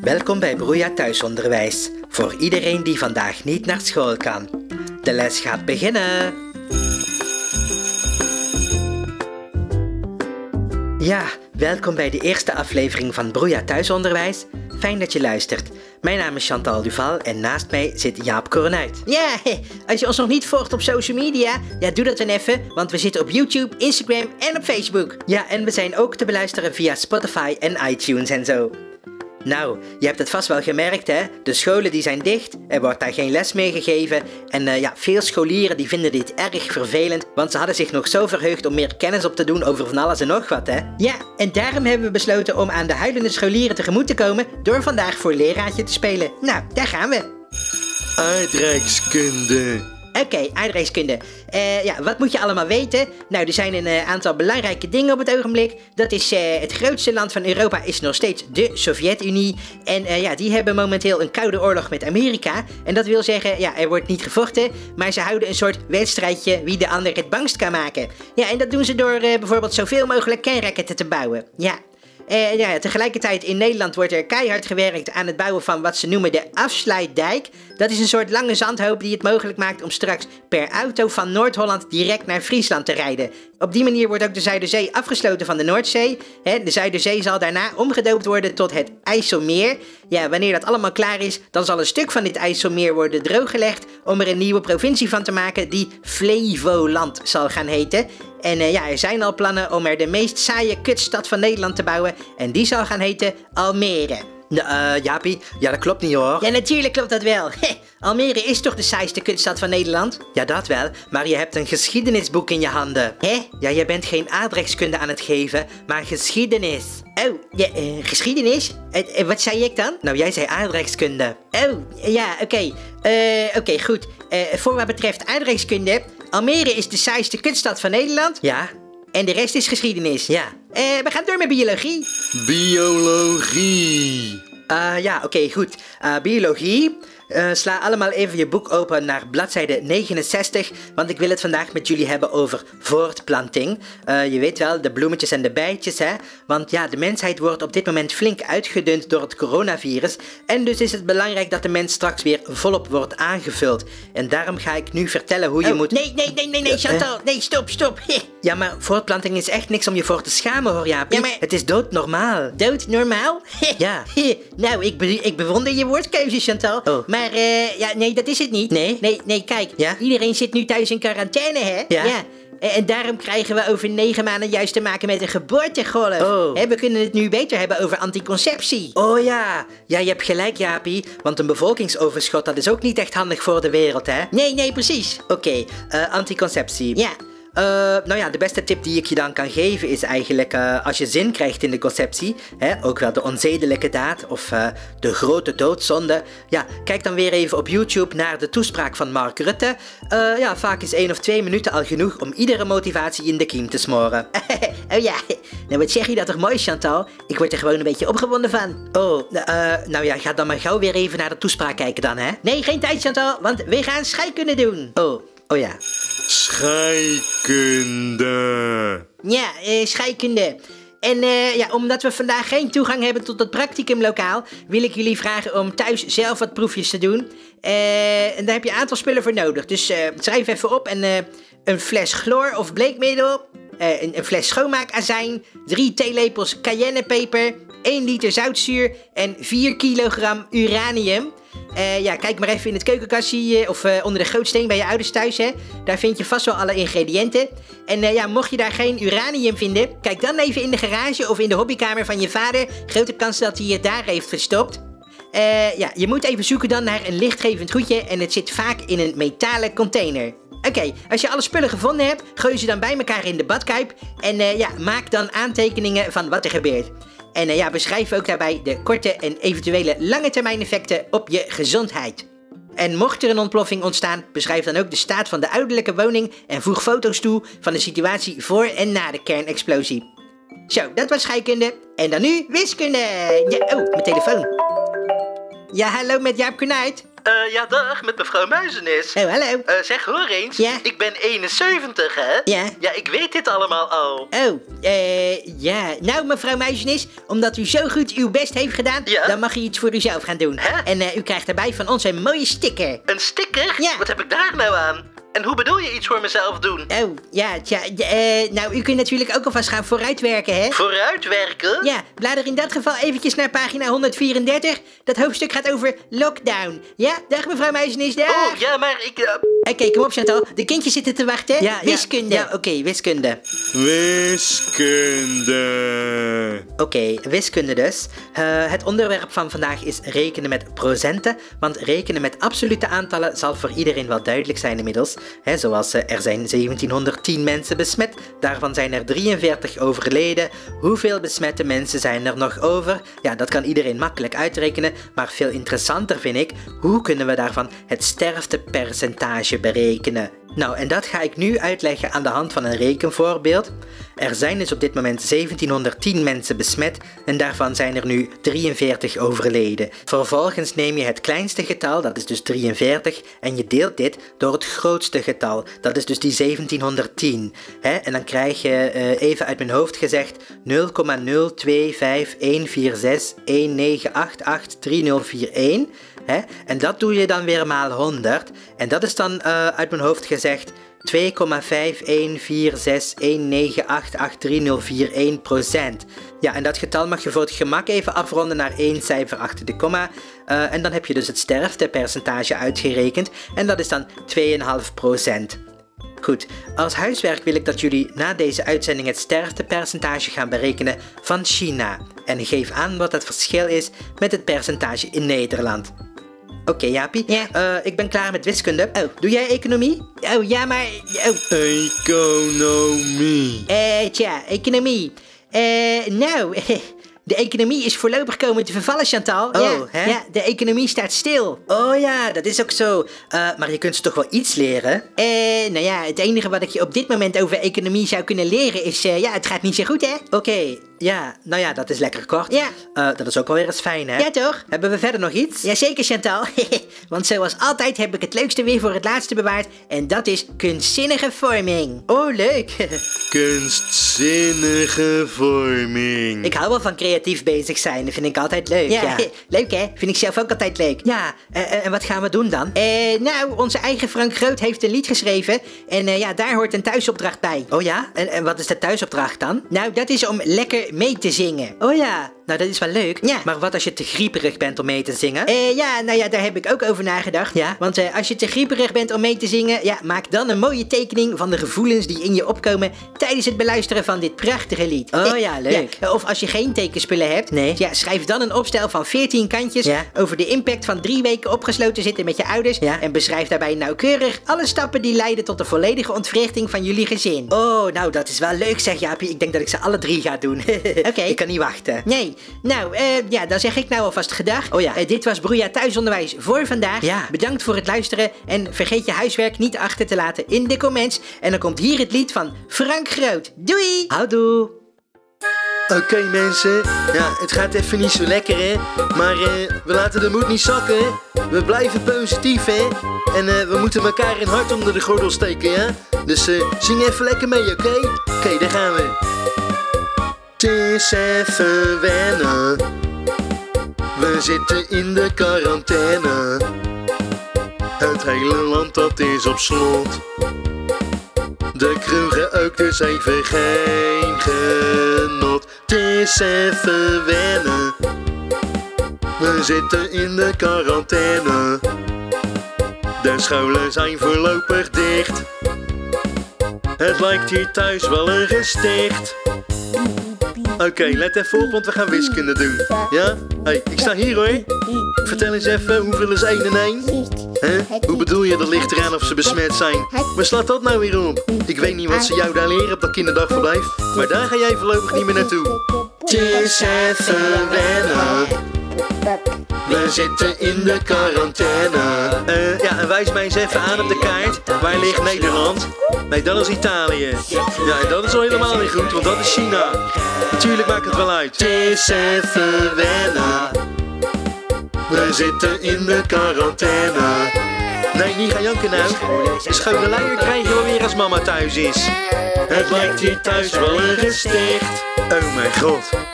Welkom bij Broeia Thuisonderwijs, voor iedereen die vandaag niet naar school kan. De les gaat beginnen! Ja, welkom bij de eerste aflevering van Broeia Thuisonderwijs. Fijn dat je luistert. Mijn naam is Chantal Duval en naast mij zit Jaap Kornuit. Ja, hè, als je ons nog niet volgt op social media, ja, doe dat dan even, want we zitten op YouTube, Instagram en op Facebook. Ja, en we zijn ook te beluisteren via Spotify en iTunes en zo. Nou, je hebt het vast wel gemerkt hè, de scholen die zijn dicht, er wordt daar geen les meer gegeven en eh, ja, veel scholieren die vinden dit erg vervelend, want ze hadden zich nog zo verheugd om meer kennis op te doen over van alles en nog wat hè. Ja, en daarom hebben we besloten om aan de huilende scholieren tegemoet te komen door vandaag voor leraartje te spelen. Nou, daar gaan we. Aardrijkskunde. Oké, aardrijkskunde. Eh, ja, wat moet je allemaal weten? Nou, er zijn een eh, aantal belangrijke dingen op het ogenblik. Dat is eh, het grootste land van Europa is nog steeds de Sovjet-Unie. En eh, ja, die hebben momenteel een koude oorlog met Amerika. En dat wil zeggen, ja, er wordt niet gevochten, maar ze houden een soort wedstrijdje wie de ander het bangst kan maken. Ja, en dat doen ze door eh, bijvoorbeeld zoveel mogelijk kernraketten te bouwen. Ja, eh, ja, tegelijkertijd in Nederland wordt er keihard gewerkt aan het bouwen van wat ze noemen de afsluitdijk. Dat is een soort lange zandhoop die het mogelijk maakt om straks per auto van Noord-Holland direct naar Friesland te rijden. Op die manier wordt ook de Zuiderzee afgesloten van de Noordzee. Hè, de Zuiderzee zal daarna omgedoopt worden tot het IJsselmeer. Ja, wanneer dat allemaal klaar is, dan zal een stuk van dit IJsselmeer worden drooggelegd om er een nieuwe provincie van te maken die Flevoland zal gaan heten. En eh, ja, er zijn al plannen om er de meest saaie kutstad van Nederland te bouwen. En die zal gaan heten Almere. Ja, eh, Jaapie, ja dat klopt niet hoor. Ja, natuurlijk klopt dat wel. Heh, Almere is toch de saaiste kutstad van Nederland? Ja, dat wel, maar je hebt een geschiedenisboek in je handen. Hè? Ja, je bent geen aardrijkskunde aan het geven, maar geschiedenis. Oh, ja, eh, geschiedenis? Eh, eh, wat zei ik dan? Nou, jij zei aardrijkskunde. Oh, ja, oké. Eh, oké, goed. Eh, voor wat betreft aardrijkskunde... Almere is de saaiste kutstad van Nederland. Ja? En de rest is geschiedenis. Ja. Eh, we gaan door met biologie. Biologie. Eh, ja, oké, goed. Eh, biologie. Eh, sla allemaal even je boek open naar bladzijde 69, want ik wil het vandaag met jullie hebben over voortplanting. Eh, je weet wel, de bloemetjes en de bijtjes, hè? Want ja, de mensheid wordt op dit moment flink uitgedund door het coronavirus. En dus is het belangrijk dat de mens straks weer volop wordt aangevuld. En daarom ga ik nu vertellen hoe je Oh, moet. eh. Nee, nee, nee, nee, nee, Chantal. Nee, stop, stop. Heh. Ja, maar voortplanting is echt niks om je voor te schamen, hoor, Jaapie. Ja, maar- Het is doodnormaal. Dood normaal? Ja. nou, ik, be- ik bewonder je woordkeuze, Chantal. Oh. Maar eh, ja, nee, dat is het niet. Nee? Nee, nee kijk. Ja? Iedereen zit nu thuis in quarantaine, hè? Ja. En en daarom krijgen we over negen maanden juist te maken met een geboortegolf. Oh. Hè, we kunnen het nu beter hebben over anticonceptie. Oh ja, ja, je hebt gelijk, Jaapie. Want een bevolkingsoverschot, dat is ook niet echt handig voor de wereld, hè? Oké, Nee, nee, precies. eh, anticonceptie. Ja. Eh, nou ja, de beste tip die ik je dan kan geven is eigenlijk eh, als je zin krijgt in de conceptie, hè, ook wel de onzedelijke daad of eh, de grote doodzonde, ja, kijk dan weer even op YouTube naar de toespraak van Mark Rutte. Eh, ja, vaak is één of twee minuten al genoeg om iedere motivatie in de kiem te smoren. oh ja. Nou, wat zeg je dat toch mooi, Chantal? Ik word er gewoon een beetje opgewonden van. Oh, eh, nou ja, ga dan maar gauw weer even naar de toespraak kijken dan, hè? Nee, geen tijd, Chantal, want we gaan scheikunde doen. Oh, oh ja. Scheikunde. Ja, eh, scheikunde. En eh, ja, omdat we vandaag geen toegang hebben tot het practicumlokaal, wil ik jullie vragen om thuis zelf wat proefjes te doen. Eh, en daar heb je een aantal spullen voor nodig. Dus eh, schrijf even op en eh, een fles chloor of bleekmiddel, eh, een, een fles schoonmaakazijn, drie theelepels cayennepeper, 1 liter zoutzuur en 4 kilogram uranium. Eh, ja, kijk maar even in het keukenkastje eh, of eh, onder de gootsteen bij je ouders thuis, hè. Daar vind je vast wel alle ingrediënten. En eh, ja, mocht je daar geen uranium vinden, kijk dan even in de garage of in de hobbykamer van je vader. Grote kans dat hij het daar heeft verstopt. Eh, ja, je moet even zoeken dan naar een lichtgevend goedje en het zit vaak in een metalen container. Oké, als je alle spullen gevonden hebt, gooi ze dan bij elkaar in de badkuip. En eh, ja, maak dan aantekeningen van wat er gebeurt. En eh, ja, beschrijf ook daarbij de korte en eventuele lange termijn effecten op je gezondheid. En mocht er een ontploffing ontstaan, beschrijf dan ook de staat van de ouderlijke woning en voeg foto's toe van de situatie voor en na de kernexplosie. Zo, dat was scheikunde. En dan nu wiskunde. Ja, oh, mijn telefoon. Ja, hallo met Jaap Konijt. Eh, ja, dag, met mevrouw Muizenis. Oh, hallo. Eh, zeg, hoor eens. Ja? Ik ben 71, hè? Ja. Ja, ik weet dit allemaal al. Oh, eh, ja. Nou, mevrouw Muizenis, omdat u zo goed uw best heeft gedaan, Ja? dan mag u iets voor uzelf gaan doen. Hè? En eh, u krijgt daarbij van ons een mooie sticker. Een sticker? Ja. Wat heb ik daar nou aan? En hoe bedoel je iets voor mezelf doen? Oh, ja, tja. ja, eh, nou, u kunt natuurlijk ook alvast gaan vooruitwerken, hè? Vooruitwerken? Ja, blader in dat geval eventjes naar pagina 134. Dat hoofdstuk gaat over lockdown. Ja, dag mevrouw Muizenis, dag. Oh, ja, maar ik... eh, Oké, kom op Chantal. De kindjes zitten te wachten. Ja, ja. wiskunde. Ja, oké, wiskunde. Wiskunde. Oké, wiskunde dus. Eh, het onderwerp van vandaag is rekenen met procenten, want rekenen met absolute aantallen zal voor iedereen wel duidelijk zijn inmiddels. Hè, zoals eh, er zijn 1710 mensen besmet, daarvan zijn er 43 overleden. Hoeveel besmette mensen zijn er nog over? Ja, dat kan iedereen makkelijk uitrekenen, maar veel interessanter vind ik, hoe kunnen we daarvan het sterftepercentage berekenen? Nou, en dat ga ik nu uitleggen aan de hand van een rekenvoorbeeld. Er zijn dus op dit moment 1710 mensen besmet en daarvan zijn er nu 43 overleden. Vervolgens neem je het kleinste getal, dat is dus 43, en je deelt dit door het grootste getal, dat is dus die 1710. Hè? En dan krijg je, eh, even uit mijn hoofd gezegd, 0,0251461988304. Hè? En dat doe je dan weer maal 100. En dat is dan eh, uit mijn hoofd gezegd 2,51461988304,1 procent. Ja, en dat getal mag je voor het gemak even afronden naar één cijfer achter de komma. Eh, en dan heb je dus het sterftepercentage uitgerekend. En dat is dan 2,5 procent. Goed, als huiswerk wil ik dat jullie na deze uitzending het sterftepercentage gaan berekenen van China. En geef aan wat het verschil is met het percentage in Nederland. Oké, Jaapie. Ja. Eh, ik ben klaar met wiskunde. Oh. Doe jij economie? Oh, ja, maar... Oh, Economie. eh, tja, economie. Eh, nou, de economie is voorlopig komen te vervallen, Chantal. Oh, ja, hè? ja, de economie staat stil. Oh ja, dat is ook zo. Eh, maar je kunt ze toch wel iets leren? Eh, nou ja, het enige wat ik je op dit moment over economie zou kunnen leren is... eh, ja, het gaat niet zo goed, hè? Oké, ja, nou ja, dat is lekker kort. Ja. Eh, dat is ook wel weer eens fijn, hè? Ja, toch? Hebben we verder nog iets? Jazeker, Chantal. Want zoals altijd heb ik het leukste weer voor het laatste bewaard. En dat is kunstzinnige vorming. Oh, leuk. Kunstzinnige vorming. ik hou wel van creatief bezig zijn. Dat vind ik altijd leuk. Ja, ja. leuk hè? Vind ik zelf ook altijd leuk. Ja, eh, eh, en wat gaan we doen dan? Eh, nou, onze eigen Frank Groot heeft een lied geschreven. En eh, ja, daar hoort een thuisopdracht bij. Oh ja? En, en wat is de thuisopdracht dan? Nou, dat is om lekker mee te zingen. Oh ja, nou dat is wel leuk. Ja. Maar wat als je te grieperig bent om mee te zingen? Eh, ja, nou ja, daar heb ik ook over nagedacht. Ja? Want eh, als je te grieperig bent om mee te zingen, ja, maak dan een mooie tekening van de gevoelens die in je opkomen tijdens het beluisteren van dit prachtige lied. Eh, Oh ja, leuk. Ja, Of als je geen tekenspullen hebt, Nee. ja, schrijf dan een opstel van 14 kantjes Ja. over de impact van drie weken opgesloten zitten met je ouders. Ja. En beschrijf daarbij nauwkeurig alle stappen die leiden tot de volledige ontwrichting van jullie gezin. Oh, nou dat is wel leuk zeg Jaapie. Ik denk dat ik ze alle drie ga doen. Oké. Ik kan niet wachten. Nee, nou, eh, ja, dan zeg ik nou alvast gedag. Oh ja. Eh, dit was Broeia Thuisonderwijs voor vandaag. Ja. Bedankt voor het luisteren en vergeet je huiswerk niet achter te laten in de comments. En dan komt hier het lied van Frank Groot. Doei! Houdoe. Oké mensen, ja, het gaat even niet zo lekker hè, maar eh, we laten de moed niet zakken. We blijven positief hè, en eh, we moeten elkaar een hart onder de gordel steken ja. Dus eh, zing even lekker mee oké? Oké, daar gaan we. Het is even wennen, we zitten in de quarantaine. Het hele land dat is op slot. De krugen ook, dus even geen genot. Het is even wennen. We zitten in de quarantaine. De scholen zijn voorlopig dicht. Het lijkt hier thuis wel een gesticht. Oké, let even op, want we gaan wiskunde doen. Ja? hey, ik sta hier hoor. Vertel eens even, hoeveel is 1 en 1? Hè? Hoe bedoel je, dat ligt eraan of ze besmet zijn? Waar slaat dat nou weer op? Ik weet niet wat ze jou daar leren op dat kinderdagverblijf, maar daar ga jij voorlopig niet meer naartoe. Het is even wennen. We zitten in de quarantaine. Eh, ja, en wijs mij eens even aan op de kaart. Waar ligt Nederland? Nee, dat is Italië. Ja, en dat is al helemaal niet goed, want dat is China. Natuurlijk maakt het wel uit. Het is even wennen. We zitten in de quarantaine. Nee, niet gaan janken nou. De schuine luier krijg je wel weer als mama thuis is. Het lijkt hier thuis wel een gesticht. Oh mijn god.